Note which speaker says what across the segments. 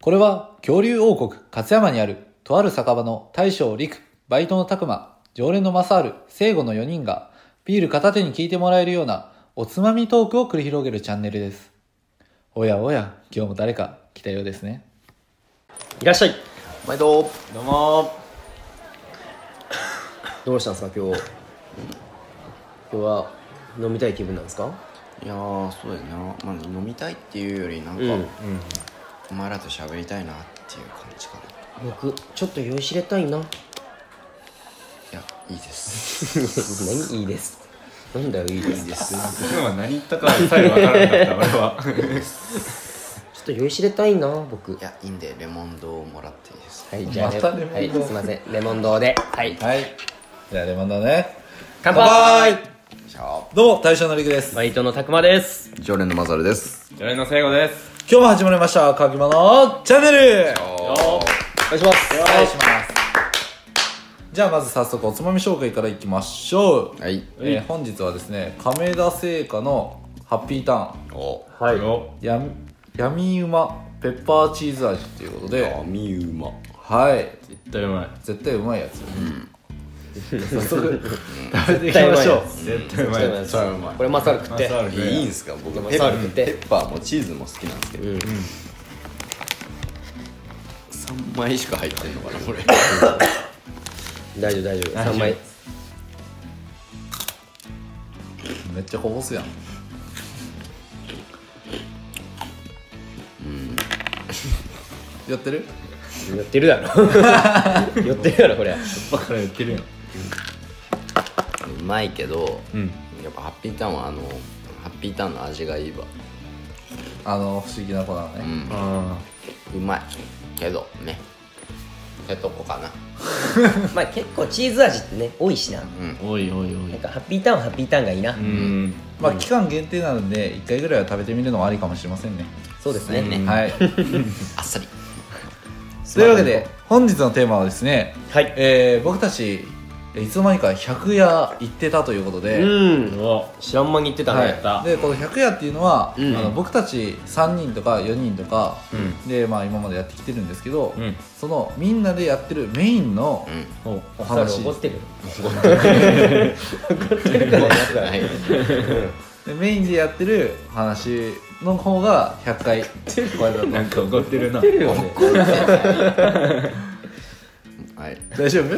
Speaker 1: これは恐竜王国勝山にあるとある酒場の大将陸、バイトの拓馬、常連の正ル聖護の4人がビール片手に聞いてもらえるようなおつまみトークを繰り広げるチャンネルです。おやおや、今日も誰か来たようですね。
Speaker 2: いらっしゃい
Speaker 3: 毎度
Speaker 2: どうも
Speaker 3: どうしたんですか今日今日は飲みたい気分なんですか
Speaker 4: いやーそうだよな、まあ、飲みたいっていうよりなんか、お前らと喋りたいなっていう感じかない
Speaker 3: 僕ちょっと酔いしれたいな
Speaker 4: やいいです
Speaker 3: 何いいですなんだよいいですちょ
Speaker 5: 今何言ったかさえわからなか った俺は
Speaker 3: っと酔いしれたいな僕
Speaker 4: いやいいんでレモンドをもらっていいです
Speaker 3: はいじゃあ
Speaker 1: またレモン
Speaker 3: はいすいませんレモン堂ではい
Speaker 1: はい。じゃあ、レモンだね。
Speaker 2: 乾
Speaker 1: 杯
Speaker 4: じゃあ
Speaker 1: どうも、大将の陸です。
Speaker 2: バイトのたくまです
Speaker 4: 常連のマザルです
Speaker 5: 常連の聖護です
Speaker 1: 今日も始まりました、かきまのチャンネル
Speaker 3: お願いします
Speaker 1: お願いします。じゃあ、まず早速、おつまみ紹介からいきましょう。
Speaker 4: はい
Speaker 1: えー本日はですね、亀田製菓のハッピーターン。
Speaker 4: お
Speaker 2: はい
Speaker 5: お
Speaker 1: や闇うまペッパーチーズ味っていうことで
Speaker 4: みうま
Speaker 1: はい
Speaker 5: 絶対うまい
Speaker 1: 絶対うまいやつ、早速食べていきましょう
Speaker 5: 絶対うまい
Speaker 3: ちょっと待ってこれマサル食って
Speaker 5: マサル
Speaker 4: いいんすか僕ペッ
Speaker 3: サール食って
Speaker 4: ペッパーもチーズも好きなんですけど、三3枚しか入ってんのかなこれ
Speaker 3: 大丈夫大丈夫
Speaker 5: 大丈夫
Speaker 3: 3枚
Speaker 1: めっちゃこぼすやんやってる
Speaker 3: 寄ってるだろ寄ってるだろこれ
Speaker 5: バカから言ってるやん
Speaker 4: うまいけど、
Speaker 5: ん
Speaker 4: やっぱハッピーターンはあのハッピーターンの味がいいわ
Speaker 1: あの不思議な子なのね、
Speaker 5: あ
Speaker 4: うまいけどねってとこかな
Speaker 3: まあ結構チーズ味ってね多いしな
Speaker 5: あおいおいおい
Speaker 3: なんかハッピーターンはハッピーターンがいいな
Speaker 5: うん
Speaker 1: まあ期間限定なので1回ぐらいは食べてみるのもありかもしれませんね、
Speaker 3: そう ですね
Speaker 1: はいと
Speaker 4: あっさり
Speaker 1: いうわけで本日のテーマはですね、
Speaker 3: はい
Speaker 1: えー僕たちいつの間にか百夜行ってたということで、
Speaker 3: うん
Speaker 5: お
Speaker 3: 知らん間に言ってた
Speaker 1: は
Speaker 3: ね
Speaker 1: い、でこの百夜っていうのは、
Speaker 3: ん
Speaker 1: あの僕たち3人とか4人とか、
Speaker 5: う
Speaker 1: で、まあ、今までやってきてるんですけど、
Speaker 5: うん
Speaker 1: そのみんなでやってるメインの
Speaker 4: うん
Speaker 5: お
Speaker 1: お
Speaker 3: マ
Speaker 1: 話
Speaker 3: サル、怒ってる
Speaker 4: はい
Speaker 1: でメインでやってる話の方が100回超えたと
Speaker 5: なんか怒ってるな
Speaker 4: はい
Speaker 1: 大丈夫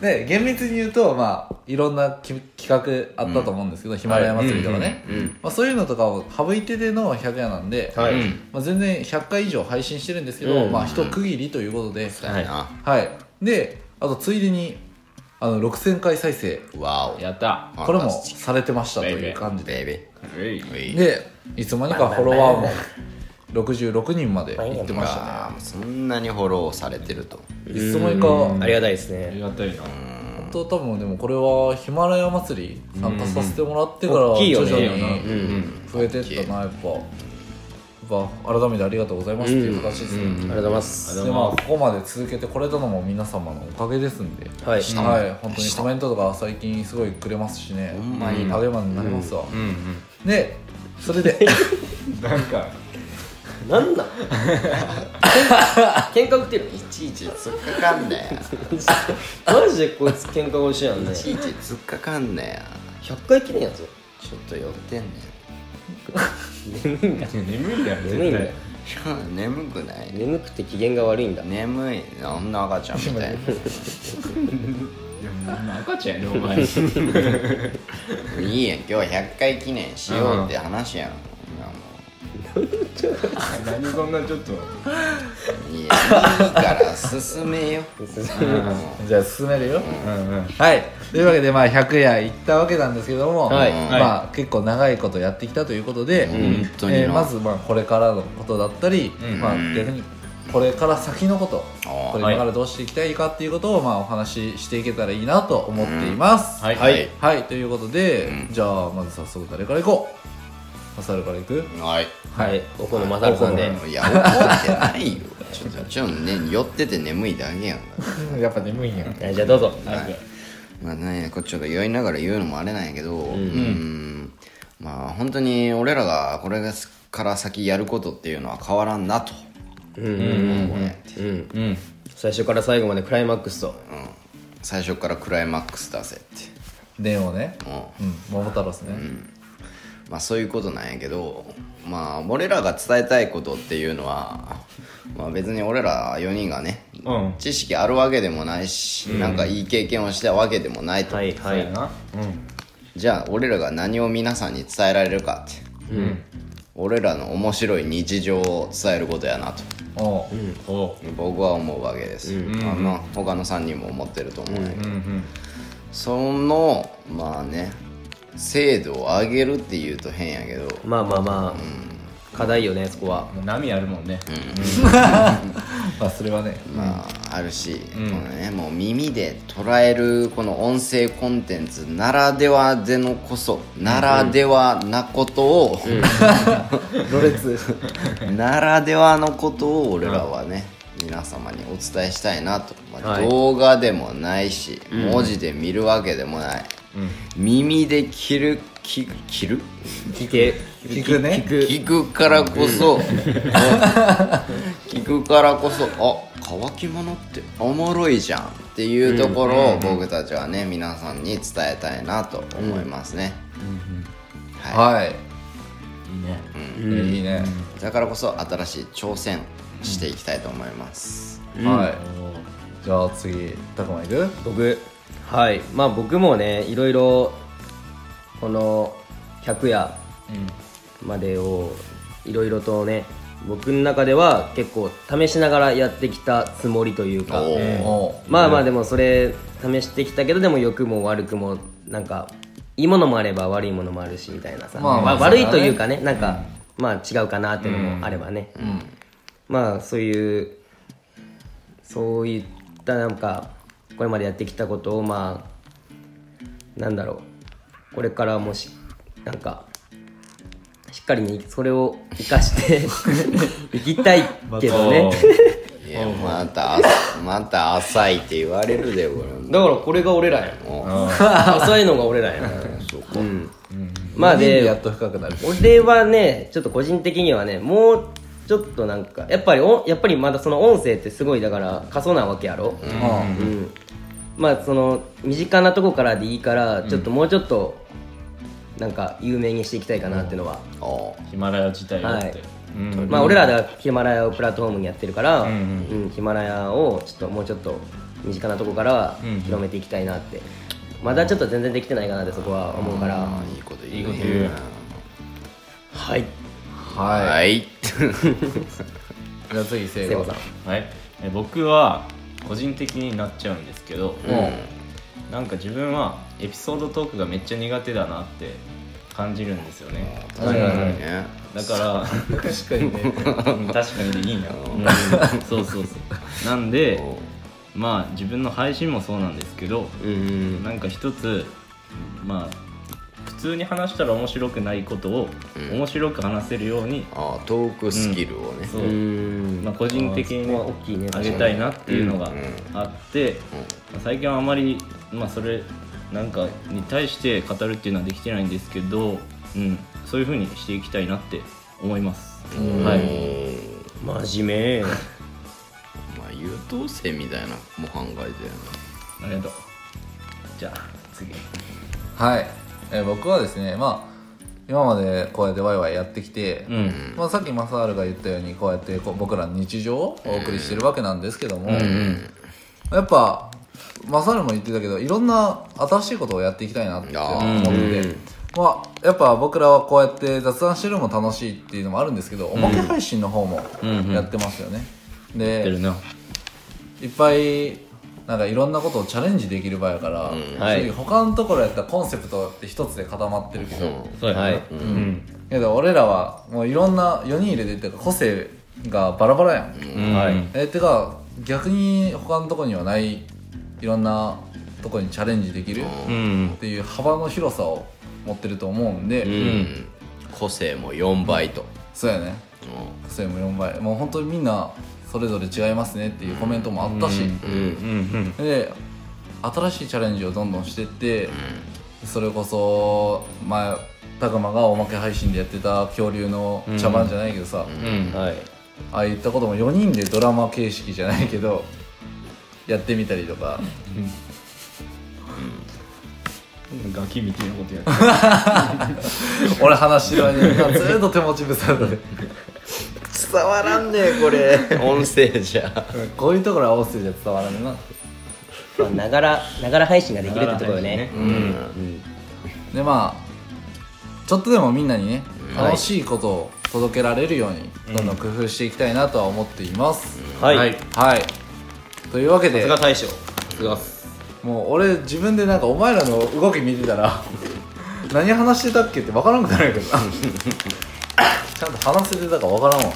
Speaker 1: で厳密に言うと、まあ、いろんなき企画あったと思うんですけど、ヒマラヤ祭りとかね、
Speaker 4: うん
Speaker 1: まあ、そういうのとかを省いてでの100夜なんで、
Speaker 3: はい
Speaker 1: まあ、全然100回以上配信してるんですけど、
Speaker 3: うん
Speaker 1: まあ一区切りということで、
Speaker 4: だよな
Speaker 1: はい、であとついでにあの6000回再生
Speaker 4: わお
Speaker 5: やった
Speaker 1: これもされてましたという感じで
Speaker 4: ベイベ
Speaker 5: えい
Speaker 4: ーベイベー
Speaker 1: でいつまにかフォロワーも66人までいってました
Speaker 4: あーそんなにフォローされてると
Speaker 1: ねいつの間にか
Speaker 3: ありがたいです
Speaker 5: あり
Speaker 3: ね
Speaker 5: がたいな
Speaker 1: 本当多分でもこれはヒマラヤ祭り参加させてもらってから
Speaker 3: うん大きい
Speaker 1: 徐
Speaker 3: よね
Speaker 1: 々
Speaker 5: う
Speaker 1: に
Speaker 5: ん
Speaker 1: 増えてったなやっぱやっぱ改めてありがとうございますっていう形ですね、
Speaker 3: ありがとうございます
Speaker 1: でまあここまで続けてこれたのも皆様のおかげですんで
Speaker 3: は
Speaker 1: は
Speaker 3: い
Speaker 1: い、本当にコメントとか最近すごいくれますしね、
Speaker 4: ほんまいいな
Speaker 1: 励まになりますわ。
Speaker 5: うん
Speaker 1: で、それで、
Speaker 5: うんなんか
Speaker 3: なんなん喧嘩売ってる
Speaker 4: いちいち突っかかんね
Speaker 3: マジでこいつ喧嘩腰やんね
Speaker 4: やいちいち突っかかんねや
Speaker 3: 100回記念やぞ
Speaker 4: ちょっと寄ってんね
Speaker 5: 眠いんだよ
Speaker 3: 眠いんだよ
Speaker 5: 絶
Speaker 4: やい や眠くない
Speaker 3: 眠くて機嫌が悪いんだ
Speaker 4: 眠いあんな赤ちゃんみたいな
Speaker 5: 対いやもう今赤ちゃん やでお前
Speaker 4: いいやん今日100回記念しようって話やんいやも
Speaker 5: 何そんなちょっと
Speaker 4: ういいやいいから進めよ
Speaker 1: じゃあ進めるよ。
Speaker 5: うんうん
Speaker 1: はい、というわけで、まあ、100夜行ったわけなんですけども、
Speaker 3: はい
Speaker 1: まあ、結構長いことやってきたということで、
Speaker 4: 本当にな
Speaker 1: えーまず、まあ、これからのことだったり、まあ、逆にこれから先のこと、
Speaker 4: あー
Speaker 1: これからどうしていきたいかっていうことを、まあ、お話ししていけたらいいなと思っています。
Speaker 5: はい
Speaker 4: はい
Speaker 1: はい、ということで、じゃあまず早速誰から行こうマサルから行く
Speaker 4: はい
Speaker 3: はい僕のマサルさんで
Speaker 4: いや怒ってないよちょっとちょっとね酔ってて眠いだけやんか
Speaker 1: やっぱ眠いんやん
Speaker 3: はいじゃあどうぞ
Speaker 4: まあねこっちが酔いながら言うのもあれなんやけどうんんまあ本当に俺らがこれから先やることっていうのは変わらんなと
Speaker 3: うんうんうん
Speaker 1: うん。
Speaker 3: 最初から最後までクライマックスと
Speaker 4: うん、最初からクライマックス出せって、
Speaker 1: 電をね。
Speaker 4: うん
Speaker 1: うん。桃太郎ですね。
Speaker 4: まあ、そういうことなんやけど、まあ、俺らが伝えたいことっていうのは、まあ、別に俺ら4人がね、
Speaker 5: うん
Speaker 4: 知識あるわけでもないし、なんかいい経験をしたわけでもないと、
Speaker 2: はいは
Speaker 5: や
Speaker 2: い
Speaker 5: な
Speaker 4: じゃあ俺らが何を皆さんに伝えられるかって、俺らの面白い日常を伝えることやなと
Speaker 1: おう。
Speaker 5: おう
Speaker 4: 僕は思うわけです、あの他の3人も思ってると思うんやけど、
Speaker 5: うんうん
Speaker 4: そのまあね精度を上げるっていうと変やけど
Speaker 3: まあまあまあ課題よねそこは
Speaker 5: もう波あるもんね
Speaker 1: まあ、それはね。
Speaker 4: まああるし、このねもう耳で捉えるこの音声コンテンツならではでのこそならではなことを、
Speaker 3: ロレツ
Speaker 4: ならではのことを俺らはね、皆様にお伝えしたいなと、ま
Speaker 3: は
Speaker 4: あ
Speaker 3: い
Speaker 4: 動画でもないし、文字で見るわけでもない、耳で切る切る切る
Speaker 3: 聞け
Speaker 1: 聞くね。
Speaker 4: 聞くからこそ、聞くからこそあ乾き物っておもろいじゃんっていうところを僕たちはね皆さんに伝えたいなと思いますね、
Speaker 1: はい。
Speaker 5: いいね
Speaker 1: いいね。
Speaker 4: だからこそ新しい挑戦していきたいと思います、
Speaker 1: はい。じゃあ次、たくまいく
Speaker 3: 僕はいまあ僕もねいろいろこの100夜までをいろいろとね僕の中では結構試しながらやってきたつもりというか
Speaker 4: おー
Speaker 1: おう。
Speaker 3: まあまあでもそれ試してきたけどでも良くも悪くもなんかいいものもあれば悪いものもあるしみたいなさ、
Speaker 1: まあまあ
Speaker 3: わ悪いというかねなんか、まあ違うかなっていうのもあればね、まあそういうそういったなんかこれまでやってきたことをまあなんだろうこれからもしなんかしっかりにそれを生かして いきたいけどね
Speaker 4: いやまたまた浅いって言われるでこれも
Speaker 3: だからこれが俺ら やん
Speaker 4: も
Speaker 3: 浅いのが俺らやんうんまあ
Speaker 1: 耳でや
Speaker 3: で
Speaker 1: っと深くなる。
Speaker 3: 俺はねちょっと個人的にはねもうちょっとなんかやっぱりおやっぱりまだその音声ってすごいだから過疎なわけやろ
Speaker 1: うん
Speaker 3: うん、まあその身近なとこからでいいからちょっともうちょっとなんか有名にしていきたいかなっていうのは、
Speaker 4: うお
Speaker 5: ヒマラヤ自体だって、
Speaker 3: はい
Speaker 5: うん
Speaker 3: まあ俺らがヒマラヤをプラットフォームにやってるから、
Speaker 5: ん
Speaker 3: うんヒマラヤをちょっともうちょっと身近なとこからは
Speaker 5: うん
Speaker 3: 広めていきたいなって、まだちょっと全然できてないかなってそこは思うから、
Speaker 4: あいいこと言うね
Speaker 5: いいこと言う
Speaker 3: はい
Speaker 1: は
Speaker 4: はい
Speaker 1: い。じゃあ次、せい
Speaker 3: 聖
Speaker 1: こ
Speaker 3: 子
Speaker 1: さ
Speaker 3: さ
Speaker 1: ん
Speaker 3: ん。
Speaker 5: はい、え僕は個人的になっちゃうんですけど、なんか自分はエピソードトークがめっちゃ苦手だなって感じるんですよね
Speaker 4: 確かにね
Speaker 5: だから
Speaker 1: 確かにね。
Speaker 5: うん確かにでいいな、うんそうそうそうなんでまあ自分の配信もそうなんですけど
Speaker 3: うん
Speaker 5: なんか一つまあ普通に話したら面白くないことを面白く話せるように、
Speaker 4: あートークスキルをね、
Speaker 5: そう、
Speaker 3: うん
Speaker 5: まあ、個人的にね
Speaker 3: まあ大きいね
Speaker 5: 上げたいなっていうのがあって、まあ最近はあまり、まあ、それなんかに対して語るっていうのはできてないんですけど、うん、そういうふうにしていきたいなって思います。はい、
Speaker 3: 真 面目
Speaker 4: まあ優等生みたいなもう考えてる
Speaker 5: ありがとうじゃあ次
Speaker 1: はい、えー僕はですねまあ今までこうやってワイワイやってきて、
Speaker 5: うん
Speaker 1: まあ、さっきマサールが言ったようにこうやってこう僕らの日常をお送りしてるわけなんですけども、やっぱマサールも言ってたけどいろんな新しいことをやっていきたいなって思って、まあ、やっぱ僕らはこうやって雑談してるのも楽しいっていうのもあるんですけど、おまけ配信の方もやってますよね、
Speaker 5: やってる
Speaker 1: で
Speaker 5: ない
Speaker 1: っぱいなんかいろんなことをチャレンジできる場やから、
Speaker 3: はい
Speaker 1: 正直他のところやったらコンセプトって一つで固まってるけど、
Speaker 5: そうやな
Speaker 3: はい
Speaker 5: うん
Speaker 1: けど俺らはもういろんな4人入れてっていうか個性がバラバラやん、
Speaker 5: うんはい
Speaker 1: えてか逆に他のとこにはないいろんなとこにチャレンジできる
Speaker 5: うん
Speaker 1: っていう幅の広さを持ってると思うんで、
Speaker 4: うん、個性も4倍と、
Speaker 1: そうやね個性も4倍もう本当にみんなそれぞれ違いますねっていうコメントもあったし、
Speaker 5: うんうん
Speaker 1: で新しいチャレンジをどんどんしてって、それこそ前たくまがおまけ配信でやってた恐竜の茶番じゃないけどさ、
Speaker 5: うん
Speaker 3: はい
Speaker 1: ああいったことも4人でドラマ形式じゃないけどやってみたりと か
Speaker 5: ガキみたいなことや
Speaker 1: 俺話してる間にずーっと手持ち無沙汰で
Speaker 4: 伝わらんねえこれ音声じゃ
Speaker 1: こういうところは音声じゃ伝わらんな
Speaker 3: まあながらながら配信ができるってところよね
Speaker 5: ながら配信ね
Speaker 1: でまあちょっとでもみんなにね楽しいことを届けられるようにどんどん工夫していきたいなとは思っています、
Speaker 2: はい、
Speaker 5: はい
Speaker 1: はいというわけで
Speaker 2: 菅大将
Speaker 1: もう俺自分でなんかお前らの動き見てたら何話してたっけって分からんくなるけどなちゃんと話せてたか分からんわ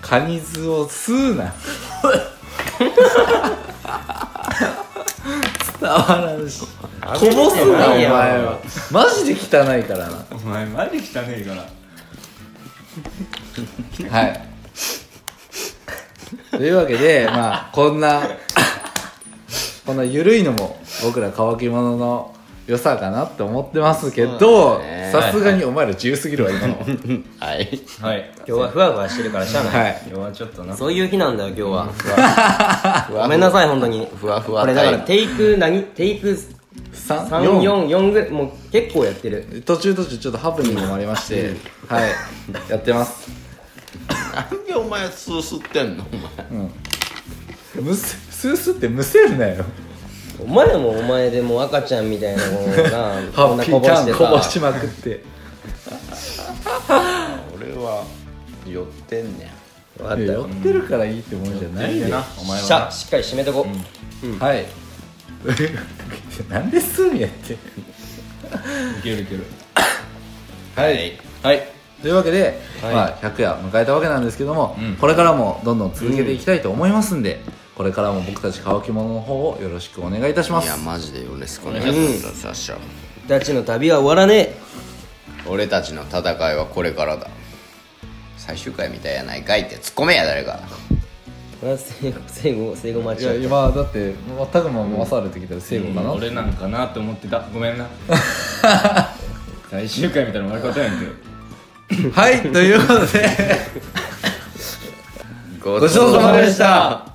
Speaker 1: カニ酢を吸うな伝わらんしこぼすなお前はマジで汚いからな
Speaker 5: お前マジ汚ねえから
Speaker 1: はい。というわけで、まあ、こんな、こんな緩いのも僕ら乾き物の良さかなって思ってますけど、さすがにお前ら自由すぎるわ、今の。は
Speaker 4: はい
Speaker 5: はい
Speaker 3: 今日はふわふわしてるからしゃあない、
Speaker 1: い。
Speaker 5: 今日はちょっとな
Speaker 3: そういう日なんだよ今日はごめんなさい本当に
Speaker 4: ふわふわ
Speaker 3: これだからテイク何テイク
Speaker 1: 三四
Speaker 3: 344ぐらいもう結構やってる
Speaker 1: 途中途中ちょっとハプニングもありまして、はい。やってます。
Speaker 4: なんでお前すすってんのお前
Speaker 1: むす、スースーってむせんなよ。
Speaker 3: お前もお前でもう赤ちゃんみたいなも のがこ
Speaker 1: ハ
Speaker 3: ん
Speaker 1: ッ
Speaker 3: な
Speaker 1: ピ
Speaker 3: こ
Speaker 1: ー
Speaker 3: ぼ
Speaker 1: タ
Speaker 3: して
Speaker 1: ーンこぼ
Speaker 3: さ
Speaker 1: しまくって。
Speaker 4: 俺は寄ってんねん
Speaker 3: 分かった
Speaker 1: いや
Speaker 3: よ
Speaker 1: 寄ってるからいいってもんじゃないよ。
Speaker 5: お前
Speaker 3: し
Speaker 5: は
Speaker 3: ゃしっかり締めとこ う、
Speaker 1: はい。なんで吸うんやって。
Speaker 5: いけるいける
Speaker 4: はい
Speaker 5: はい
Speaker 1: というわけで、まあ、100夜迎えたわけなんですけども、
Speaker 5: うん
Speaker 1: これからもどんどん続けていきたいと思いますんで、これからも僕たち乾き物の方をよろしくお願いいたしま
Speaker 4: い
Speaker 1: す
Speaker 4: やマジでよろしくお願いしますサッシャ
Speaker 3: 僕たちの旅は終わらね
Speaker 4: 俺たちの戦いはこれからだ最終回みたいやないかいってツッコめや誰か
Speaker 3: えこれは生後生後生後待
Speaker 1: い
Speaker 3: ちだ
Speaker 1: や今だってタグマもされてきたら聖子かな、
Speaker 5: 俺なんかなって思ってたごめんな最終回みたいな終わり方やんけど
Speaker 1: はいということで
Speaker 4: ご
Speaker 1: ごちそうさまでした